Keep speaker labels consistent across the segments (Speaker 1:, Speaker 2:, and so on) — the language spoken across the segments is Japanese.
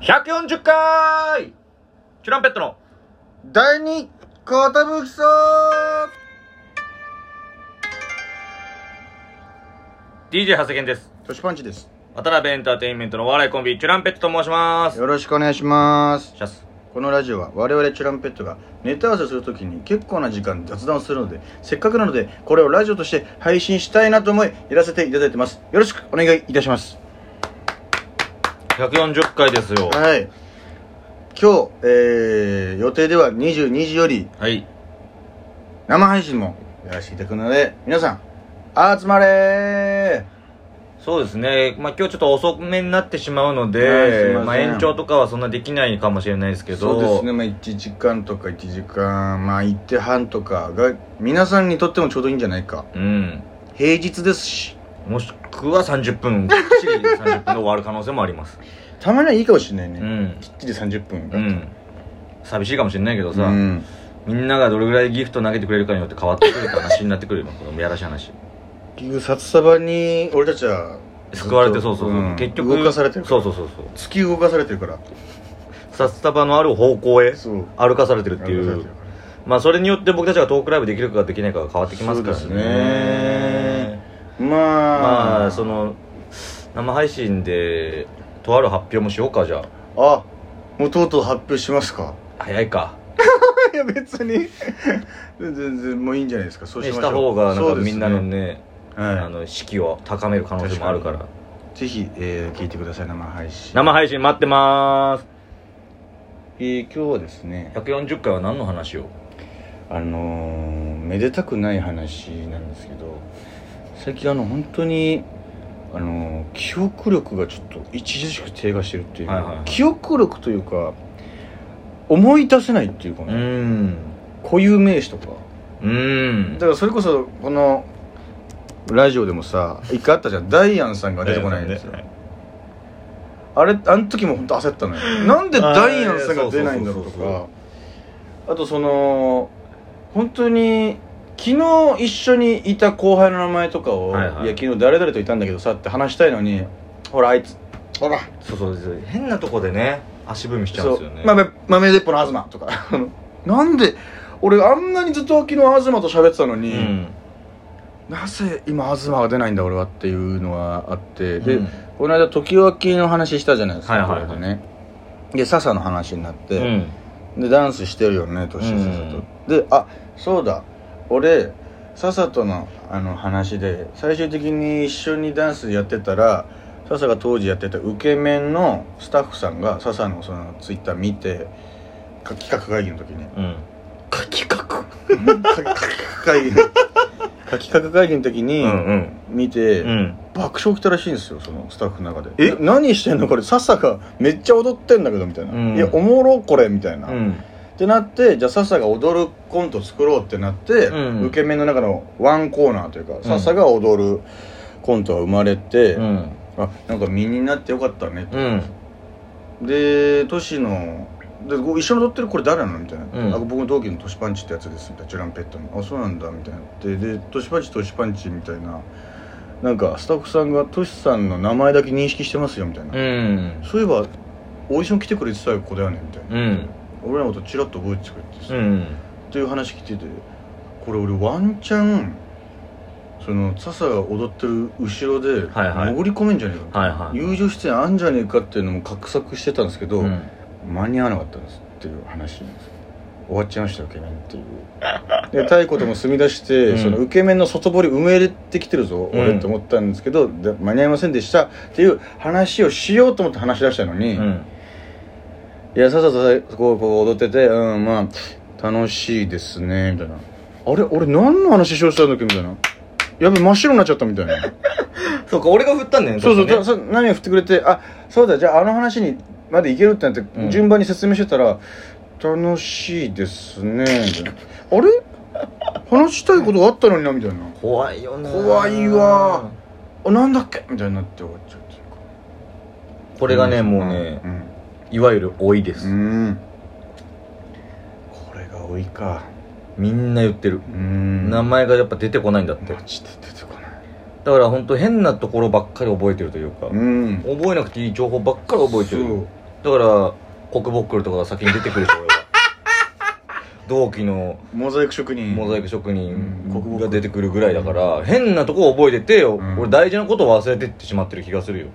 Speaker 1: 140回チュランペットの
Speaker 2: 第二傾きそう
Speaker 1: DJ 長谷健です。
Speaker 2: トシパンチです。
Speaker 1: 渡辺エンターテインメントのお笑いコンビ、チュランペットと申します。
Speaker 2: よろしくお願いします。
Speaker 1: シャス。
Speaker 2: このラジオは我々チュランペットがネタ合わせするときに結構な時間雑談をするので、せっかくなのでこれをラジオとして配信したいなと思い、やらせていただいてます。よろしくお願いいたします。
Speaker 1: 140回ですよ。
Speaker 2: はい。今日、えー、予定では22時より
Speaker 1: はい。
Speaker 2: 生配信もやらせていただくので、皆さん、集まれー
Speaker 1: そうですね。まあ今日ちょっと遅めになってしまうの
Speaker 2: はいすい
Speaker 1: で、
Speaker 2: ません
Speaker 1: まあ延長とかはそんなできないかもしれないですけど、
Speaker 2: そうですね、まあ、1時間とか1時間まあ1手半とかが皆さんにとってもちょうどいいんじゃないか
Speaker 1: うん。
Speaker 2: 平日ですし
Speaker 1: もしくは30分、きっちり30分で終わる可能性もあり ます。
Speaker 2: たまにはいいかもしれないうね、
Speaker 1: ん。
Speaker 2: きっちり30分
Speaker 1: う
Speaker 2: が、
Speaker 1: ん。寂しいかもしれないけどさ、
Speaker 2: うん
Speaker 1: みんながどれぐらいギフト投げてくれるかによって変わってくるって話になってくるよ、このやらしい話。
Speaker 2: 結局札束に俺たちは
Speaker 1: 救われてそうそうそう、
Speaker 2: うん
Speaker 1: 結局
Speaker 2: 動かされてるから
Speaker 1: そうそうそうそう
Speaker 2: 突き動かされてるから
Speaker 1: 札束のある方向へ
Speaker 2: そう
Speaker 1: 歩かされてるってい
Speaker 2: 動かされ
Speaker 1: う
Speaker 2: てるから
Speaker 1: まあそれによって僕たちがトークライブできるかできないかが変わってきますからね
Speaker 2: そうですねまあ
Speaker 1: まあその生配信でとある発表もしようかじゃ
Speaker 2: あもうとうとう発表しますか
Speaker 1: あ早 いか
Speaker 2: いや別に 全然もういいんじゃないですかそうし
Speaker 1: ね
Speaker 2: ましょ
Speaker 1: し
Speaker 2: う
Speaker 1: た方がなん
Speaker 2: そ
Speaker 1: か
Speaker 2: うですね
Speaker 1: みんなのね
Speaker 2: はい
Speaker 1: あの士気を高める可能性もあるから
Speaker 2: 確ぜひ、えー聞いてください生配信
Speaker 1: 生配信待ってまーす
Speaker 2: えー今日はですね
Speaker 1: 140回は何の話を
Speaker 2: あのーめでたくない話なんですけど最近あの本当にあのー記憶力がちょっと著しく低下してるっていう、
Speaker 1: はいはいはい
Speaker 2: 記憶力というか思い出せないっていうか
Speaker 1: うー
Speaker 2: ね、
Speaker 1: ん
Speaker 2: 固有名詞とか
Speaker 1: うー
Speaker 2: だ
Speaker 1: ん
Speaker 2: からそれこそこのラジオでもさ一回あったじゃんダイアンさんが出てこないんですよ、
Speaker 1: はい
Speaker 2: あれあの時も本当焦ったのよなんでダイアンさんが出ないんだろうと
Speaker 1: あーいや
Speaker 2: かあとその本当に昨日一緒にいた後輩の名前とかを、
Speaker 1: はい
Speaker 2: い
Speaker 1: はい
Speaker 2: や昨日誰々といたんだけどさって話したいのにほらあいつほら
Speaker 1: そうそうそう変なとこでね足踏みしちゃうん
Speaker 2: そ
Speaker 1: ですよ
Speaker 2: う
Speaker 1: ね
Speaker 2: 豆豆鉄砲の東とかあのなんで俺あんなにずっと昨日東と喋ってたの
Speaker 1: う
Speaker 2: に、
Speaker 1: ん
Speaker 2: なぜ今東が出ないんだ俺はっていうのはあってで、
Speaker 1: うん
Speaker 2: この間時々の話したじゃないですか、
Speaker 1: はいはいはい
Speaker 2: これでねで笹の話になって、
Speaker 1: うん
Speaker 2: でダンスしてるよね年
Speaker 1: うん
Speaker 2: 下と、であそうだ俺笹とのあの話で最終的に一緒にダンスやってたら笹が当時やってた受け面のスタッフさんが笹のそのツイッター見てか企画会議の時に
Speaker 1: うん
Speaker 2: 「か企画」か企画会議か企画会議の時
Speaker 1: う
Speaker 2: に
Speaker 1: ん
Speaker 2: 見て、
Speaker 1: うん
Speaker 2: 爆笑来たらしいんですよそのスタッフの中で
Speaker 1: え
Speaker 2: な何してんのこれ笹がめっちゃ踊ってんだけどみたいな、
Speaker 1: うん
Speaker 2: いやおもろこれみたいな、
Speaker 1: う
Speaker 2: っ
Speaker 1: ん
Speaker 2: てなってじゃあ笹が踊るコント作ろうってなって、
Speaker 1: うん
Speaker 2: 受け面の中のワンコーナーというか、
Speaker 1: ん
Speaker 2: 笹が踊るコントが生まれて、
Speaker 1: うん
Speaker 2: あなんか身になってよかったねと、
Speaker 1: うん
Speaker 2: で都市のでこう一緒に踊ってるこれ誰なのみたいな、
Speaker 1: うん
Speaker 2: あ僕の同期のトシパンチってやつですみたいなチュランペットのあそうなんだみたいなででトシパンチトシパンチみたいななんかスタッフさんがトシさんの名前だけ認識してますよみたいな、
Speaker 1: うん
Speaker 2: そういえばオーディション来てくれてた子だよねみたいな、
Speaker 1: うん
Speaker 2: 俺らのことチラッと覚えてくれてさ、
Speaker 1: う
Speaker 2: っ
Speaker 1: ん
Speaker 2: ていう話聞いててこれ俺ワンチャンその笹が踊ってる後ろで
Speaker 1: はいはい
Speaker 2: 潜り込めんじゃねえかみたいな、
Speaker 1: はいはい
Speaker 2: 友情出演あんじゃねえかっていうのも画策してたんですけど、
Speaker 1: うん
Speaker 2: 間に合わなかったんですっていう話なんです終わっちゃいましたよ受け面っていうで太鼓とも住み出して、
Speaker 1: うん
Speaker 2: その受け面の外堀埋めれてきてるぞ、
Speaker 1: うん
Speaker 2: 俺って思ったんですけどで間に合いませんでしたっていう話をしようと思って話し出したのに、
Speaker 1: うん
Speaker 2: いやさっさとさこうこう踊っててうんまあ楽しいですねみたいなあれ俺何の話しようとしたんだっけみたいなやべ真っ白になっちゃったみたい な
Speaker 1: そうか俺が振ったんだよね
Speaker 2: そうそう、
Speaker 1: 確
Speaker 2: だ
Speaker 1: かね
Speaker 2: そう何を振ってくれて、あ、そうだ、じゃああの話にまでいけるってなって、
Speaker 1: ん
Speaker 2: 順番に説明してたら、楽しいですね、みたいな。あれ話したいことあったのにな、みたいな。
Speaker 1: 怖いよね
Speaker 2: 怖いわあ、なんだっけみたいになって終わっちゃうっていうか。
Speaker 1: これがねもうね
Speaker 2: うん。
Speaker 1: いわゆる老いで
Speaker 2: う
Speaker 1: す
Speaker 2: ん。うんこれが多いか。
Speaker 1: みんな言ってる
Speaker 2: うん
Speaker 1: 名
Speaker 2: マ
Speaker 1: 前がやっぱ出てこないんだってだ
Speaker 2: ジで出てこない。
Speaker 1: から本当変なところばっかり覚えてるというか
Speaker 2: うん。
Speaker 1: 覚えなくていい情報ばっかり覚えてる
Speaker 2: そう
Speaker 1: だからコックボックルとかが先に出てくるでしょ 俺は同期の
Speaker 2: モザイク職人
Speaker 1: モザイク
Speaker 2: 職
Speaker 1: 職
Speaker 2: うんコック
Speaker 1: 人
Speaker 2: ボッ
Speaker 1: が
Speaker 2: クル
Speaker 1: 出てくるぐらいだから変なとこ覚えてて、
Speaker 2: ん
Speaker 1: 俺大事なことを忘れてってしまってる気がするよ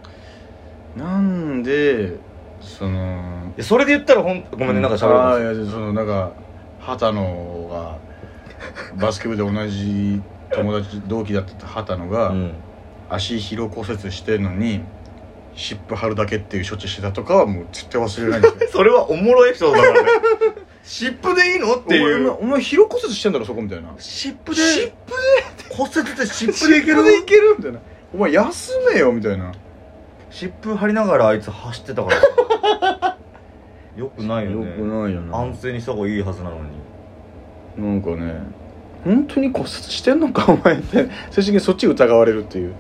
Speaker 2: 人なんでその
Speaker 1: いやそれで言ったらほんごめんねなんか喋る
Speaker 2: あ
Speaker 1: か
Speaker 2: あいやそのなんか畑野がバスケ部で同じ友達同期だった畑野が、
Speaker 1: らうん
Speaker 2: 足疲労骨折してるのに湿布貼るだけっていう処置してたとかはもう絶対忘れないんですよ
Speaker 1: それはおもろいエピソード だからね湿布でいいの っ
Speaker 2: お前お前お前疲労骨折してんだろそこみた いな
Speaker 1: 湿布で
Speaker 2: 湿
Speaker 1: 骨折って湿
Speaker 2: 布でいけるいけるみたいなお前休めよみたいな
Speaker 1: 湿布貼りながらあいつ走ってたから よくないよね
Speaker 2: ないよ
Speaker 1: 安静にした方がいいはずなのに
Speaker 2: なんかね本当に骨折してんのかお 前って正直にそっち疑われるっていう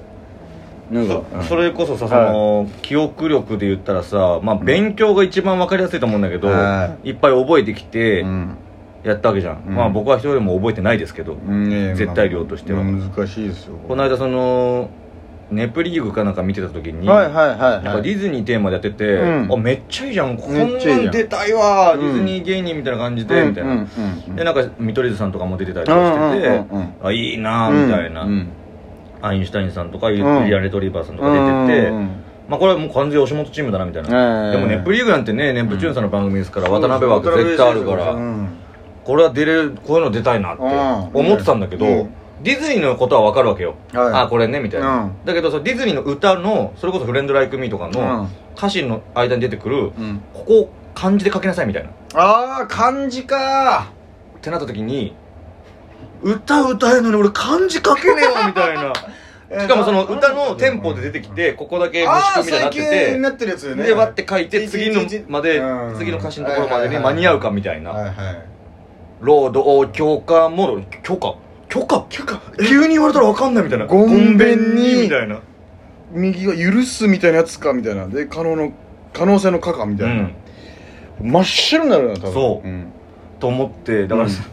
Speaker 2: なんか
Speaker 1: そそれこそさその、記憶力で言ったらさ、まあ、
Speaker 2: ん
Speaker 1: 勉強が一番分かりやすいと思うんだけど、
Speaker 2: はい
Speaker 1: っぱい覚えてきて
Speaker 2: うん
Speaker 1: やったわけじゃん、
Speaker 2: うん
Speaker 1: まあ僕は一人でも覚えてないですけど、
Speaker 2: うんねえ
Speaker 1: 絶対量としては
Speaker 2: まあ難しいですよ
Speaker 1: この間そのネプリーグかなんか見てた時に、
Speaker 2: はいはいはい
Speaker 1: なんか
Speaker 2: は
Speaker 1: デ
Speaker 2: い
Speaker 1: ィズニーテーマでやってて、
Speaker 2: うん
Speaker 1: あめっちゃいいじゃんこんな
Speaker 2: めっちゃいいじゃ
Speaker 1: ん
Speaker 2: ん
Speaker 1: 出たいわー、
Speaker 2: うん
Speaker 1: ディズニー芸人みたいな感じで、みたいな、
Speaker 2: うんうんうん
Speaker 1: でなんか見取り図さんとかも出てたりとかしてて、
Speaker 2: うんうんうんうん
Speaker 1: あいいなーみたいな、
Speaker 2: うんうん
Speaker 1: アインシュタインさんとかユ
Speaker 2: うん
Speaker 1: リアン・レトリーバーさんとか出てて、
Speaker 2: うんうんうん
Speaker 1: まあ、これはもう完全に吉本チームだなみたいな、
Speaker 2: ええ
Speaker 1: でもネプリーグなんてねネプチューンさんの番組ですから、渡辺
Speaker 2: そう
Speaker 1: 枠
Speaker 2: そう
Speaker 1: 絶対あるから、
Speaker 2: うん
Speaker 1: これは出れるこういうの出たいなって
Speaker 2: うん
Speaker 1: 思ってたんだけど、
Speaker 2: うん
Speaker 1: ディズニーのことは分かるわけよ、
Speaker 2: はい
Speaker 1: あこれねみたいな、
Speaker 2: うん
Speaker 1: だけどそのディズニーの歌のそれこそ「フレンド・ライク・ミー」とか
Speaker 2: う
Speaker 1: の
Speaker 2: ん
Speaker 1: 歌詞の間に出てくる、
Speaker 2: うん
Speaker 1: ここを漢字で書きなさいみたいな
Speaker 2: ああ漢字か
Speaker 1: ってなった時に歌歌えるのに俺漢字書けねえわみたい なしかもその歌のテンポで出てきてここだけ虫
Speaker 2: あ
Speaker 1: 込
Speaker 2: あ
Speaker 1: みみたいになってて
Speaker 2: 最近になってるやつよね
Speaker 1: でわって書いて
Speaker 2: ち
Speaker 1: 次の
Speaker 2: ちち
Speaker 1: まで
Speaker 2: うん
Speaker 1: 次の歌詞のところまで
Speaker 2: はいはい
Speaker 1: に
Speaker 2: はい
Speaker 1: 間に合うかみたい
Speaker 2: は
Speaker 1: ない
Speaker 2: はい
Speaker 1: 「労働許可もろ許可許可許可急に言われたら分かんない」みたいな
Speaker 2: ごんべんに
Speaker 1: みたいな
Speaker 2: 右が許すみたいなやつかみたいなで可能の可能性の可かみ
Speaker 1: う
Speaker 2: たいな、
Speaker 1: ん
Speaker 2: 真っ白になるな多分
Speaker 1: そう
Speaker 2: うん
Speaker 1: と思ってだから
Speaker 2: うん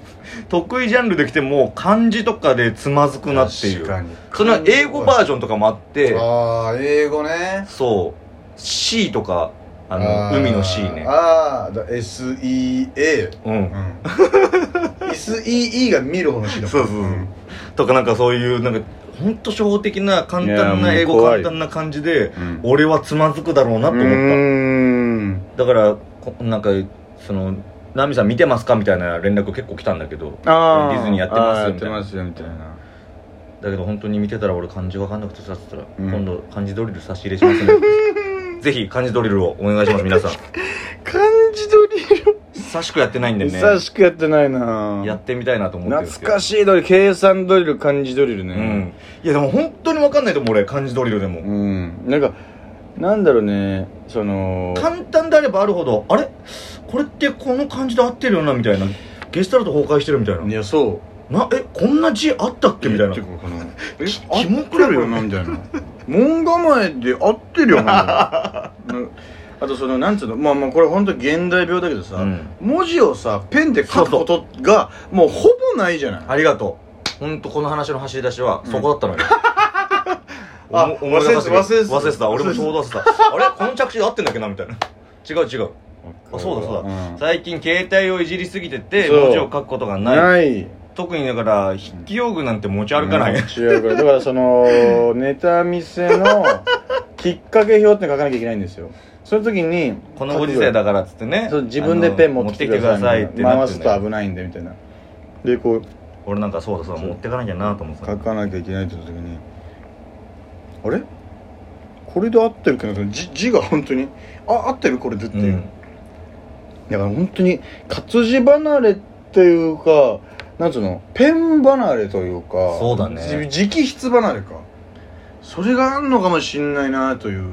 Speaker 1: 得意ジャンルできても漢字とかでつまずくなってい
Speaker 2: 確か
Speaker 1: う
Speaker 2: に
Speaker 1: その英語バージョンとかもあって
Speaker 2: ああ英語ね
Speaker 1: そう。C とか、あの、
Speaker 2: あー
Speaker 1: 海の C ね。
Speaker 2: ああだ SEA
Speaker 1: う。
Speaker 2: うんん SEE が見る方の C だもん
Speaker 1: そうそうそうとかなんかそういう、なんか、ほんと初歩的な簡単ない
Speaker 2: やー
Speaker 1: 英
Speaker 2: もう
Speaker 1: 語、
Speaker 2: 怖い
Speaker 1: 簡単な感じで、
Speaker 2: うん
Speaker 1: 俺はつまずくだろうなと
Speaker 2: う
Speaker 1: 思っ
Speaker 2: ーん
Speaker 1: た。だから、こなんか、その、ナミさん見てますかみたいな連絡結構来たんだけど、
Speaker 2: あー
Speaker 1: ディズニーやってますよ
Speaker 2: あー
Speaker 1: みたいな
Speaker 2: やってますよみたいな
Speaker 1: だけど本当に見てたら俺漢字わかんなくてさって言ったら、
Speaker 2: うん
Speaker 1: 今度漢字ドリル差し入れしますね。 ぜひ漢字ドリルをお願いします、皆さん。
Speaker 2: 漢字ドリル
Speaker 1: 久しくやってないんでね、
Speaker 2: 久しくやってないな
Speaker 1: やってみたいなと思ってるんですけ
Speaker 2: 懐
Speaker 1: ど
Speaker 2: か。しいドリル計算ドリル漢字ドリル
Speaker 1: う
Speaker 2: ね
Speaker 1: ん。いやでも本当にわかんないと思う俺、漢字ドリルでも。
Speaker 2: うん、なんかなんだろうねその
Speaker 1: 簡単であればあるほどあれこれってこの感じで合ってるよなみたいなゲスタルト崩壊してるみたいない
Speaker 2: やそう
Speaker 1: なえこんな字あったっけみたいな
Speaker 2: てかこの え
Speaker 1: き
Speaker 2: 合っ
Speaker 1: キモ
Speaker 2: て
Speaker 1: くな
Speaker 2: る
Speaker 1: るよ
Speaker 2: よなみたい な門構えで合って るよなうんあとそのなんつうのまあまあこれ本当現代病だけどさ、
Speaker 1: うん
Speaker 2: 文字をさペンで書くことがもうほぼないじゃない
Speaker 1: ありがとう本当この話の走り出しは
Speaker 2: うん
Speaker 1: そこだった のよ、
Speaker 2: あ
Speaker 1: おも思い出させて
Speaker 2: 忘れてた
Speaker 1: 忘れてた俺もちょうど忘 れてたあれこの着地で合ってんだっけなみたいな違う違うあそうだそうだ、
Speaker 2: ん
Speaker 1: 最近携帯をいじりすぎてて
Speaker 2: そう
Speaker 1: 文字を書くことがない
Speaker 2: ない
Speaker 1: 特にだから筆記用具なんて持ち歩かない、
Speaker 2: うん違うからだからそのネタ見せ のきっかけ表って書かなきゃいけないんですよその時に
Speaker 1: このご時世だからっつってね
Speaker 2: そう自分でペン持
Speaker 1: あの
Speaker 2: ってきてください
Speaker 1: 持ってきてくださいってなってんだよ
Speaker 2: 回すと危ないんでみたいなでこう
Speaker 1: 俺なんかそうだそうだ持ってかなきゃなと思ってた
Speaker 2: 書かなきゃいけないって言った時にあれこれで合ってるけど字字が本当にあ合ってるこれでって
Speaker 1: う
Speaker 2: いう、
Speaker 1: ん
Speaker 2: だから本当に活字離れっていうかなんつうのペン離れというか
Speaker 1: そうだね
Speaker 2: じ直筆離れかそれがあんのかもしんないなという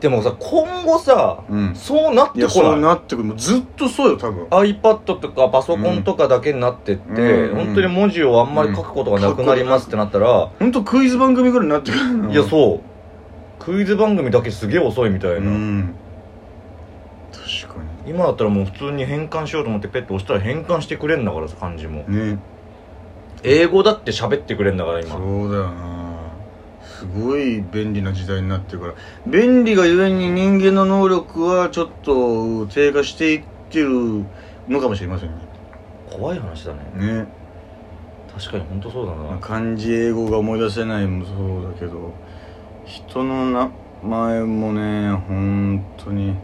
Speaker 1: でもさ今後さ、
Speaker 2: うん
Speaker 1: そうなっ
Speaker 2: い
Speaker 1: て
Speaker 2: や
Speaker 1: こ
Speaker 2: そう
Speaker 1: ない
Speaker 2: なってくるもうずっとそうよ多分
Speaker 1: iPad とかパソコンとかだけになってって、
Speaker 2: うん
Speaker 1: 本当に文字をあんまり書くことがなくなりますってなったら、
Speaker 2: 本当クイズ番組ぐらいになってくるの
Speaker 1: いやそうクイズ番組だけすげえ遅いみたいな、
Speaker 2: ん確か
Speaker 1: 今だったらもう普通に変換しようと思ってペット押したら変換してくれんだからさ漢字も
Speaker 2: にね
Speaker 1: 英語だって喋ってくれんだから今
Speaker 2: そうだよなすごい便利な時代になってるから便利がゆえに人間の能力はちょっと低下していってるのかもしれませんね
Speaker 1: 怖い話だね
Speaker 2: ね
Speaker 1: 確かに本当そうだ
Speaker 2: まあ
Speaker 1: な
Speaker 2: 漢字英語が思い出せないもそうだけど人の名前もね本当に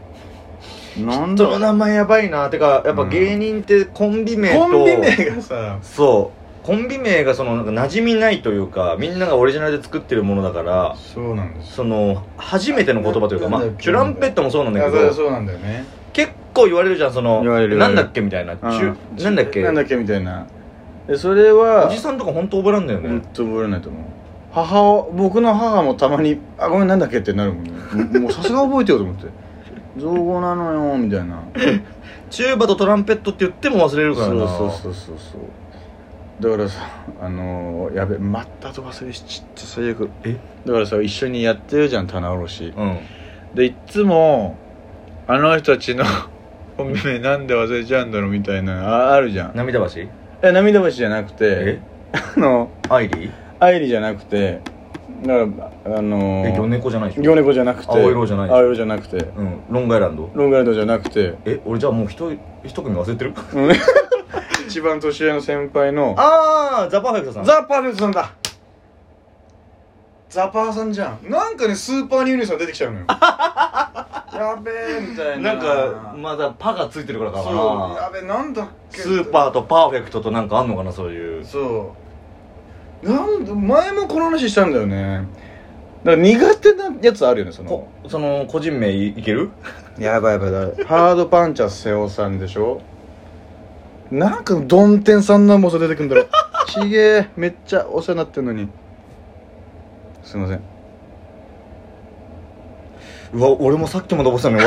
Speaker 2: なんだ
Speaker 1: 人
Speaker 2: ろ
Speaker 1: の
Speaker 2: う
Speaker 1: 名前やばいなてかやっぱ
Speaker 2: うん
Speaker 1: 芸人ってコンビ名と
Speaker 2: コンビ名がさ
Speaker 1: そうコンビ名がそのなんか馴染みないというかみんながオリジナルで作ってるものだから
Speaker 2: そうなんです
Speaker 1: その初めての言葉というかまあ
Speaker 2: なんだっけ
Speaker 1: チュランペットもそうなんだけ
Speaker 2: いや
Speaker 1: ど
Speaker 2: そうなんだよね
Speaker 1: 結構言われるじゃんその
Speaker 2: 言われる
Speaker 1: なんだっけみたいな
Speaker 2: うん
Speaker 1: チュなんだっけ
Speaker 2: なんだっけみたいなでそれは
Speaker 1: おじさんとか本当覚えらんだよ
Speaker 2: 本
Speaker 1: ね
Speaker 2: 当覚えられないと思う母を僕の母もたまに「あごめんなんだっけ?」ってなるもんねももうさすが覚えてよと思 って「造語なのよ」みたいな
Speaker 1: チューバとトランペットって言っても忘れるからな
Speaker 2: そうそうそうそうそうだからさあのー、やべまたと忘れしちゃった最悪
Speaker 1: え
Speaker 2: だからさ一緒にやってるじゃん棚卸し
Speaker 1: うん
Speaker 2: でいっつもあの人たちの 本名なんで忘れちゃうんだろうみたいなああるじゃん
Speaker 1: 涙橋
Speaker 2: え涙橋じゃなく
Speaker 1: え
Speaker 2: てあの
Speaker 1: アイリー
Speaker 2: 愛理じゃなくてだからあの
Speaker 1: え
Speaker 2: ー、
Speaker 1: 魚猫じゃないでしょ
Speaker 2: 行猫じゃなくて
Speaker 1: 青色じゃない
Speaker 2: 青色じゃなくて
Speaker 1: うんロングアイランド
Speaker 2: ロングアイランドじゃなくて
Speaker 1: え俺じゃあもう一人一組忘れて る
Speaker 2: 一番年上の先輩の
Speaker 1: ああザ・パーフェクトさん
Speaker 2: ザ・パーフェクトさんだザ・パーさんじゃんなんかねスーパーニューニューさん出てき ちゃうのよやべえみたいな
Speaker 1: なんかまだパがついてるからか
Speaker 2: そうや
Speaker 1: な
Speaker 2: べえなんだっけ
Speaker 1: スーパーとパーフェクトとなんかあんのかなそういう
Speaker 2: そうなんだ前もこの話したんだよねだから苦手なやつあるよねそ
Speaker 1: こ
Speaker 2: の
Speaker 1: その個人名いいける
Speaker 2: やばいやばいやばいハードパンチャー瀬尾さんでしょなんかどん天さんなんもさ出てくんだろちげえめっちゃお世話になってんのにすいません
Speaker 1: うわ俺もさっきも登ってたのに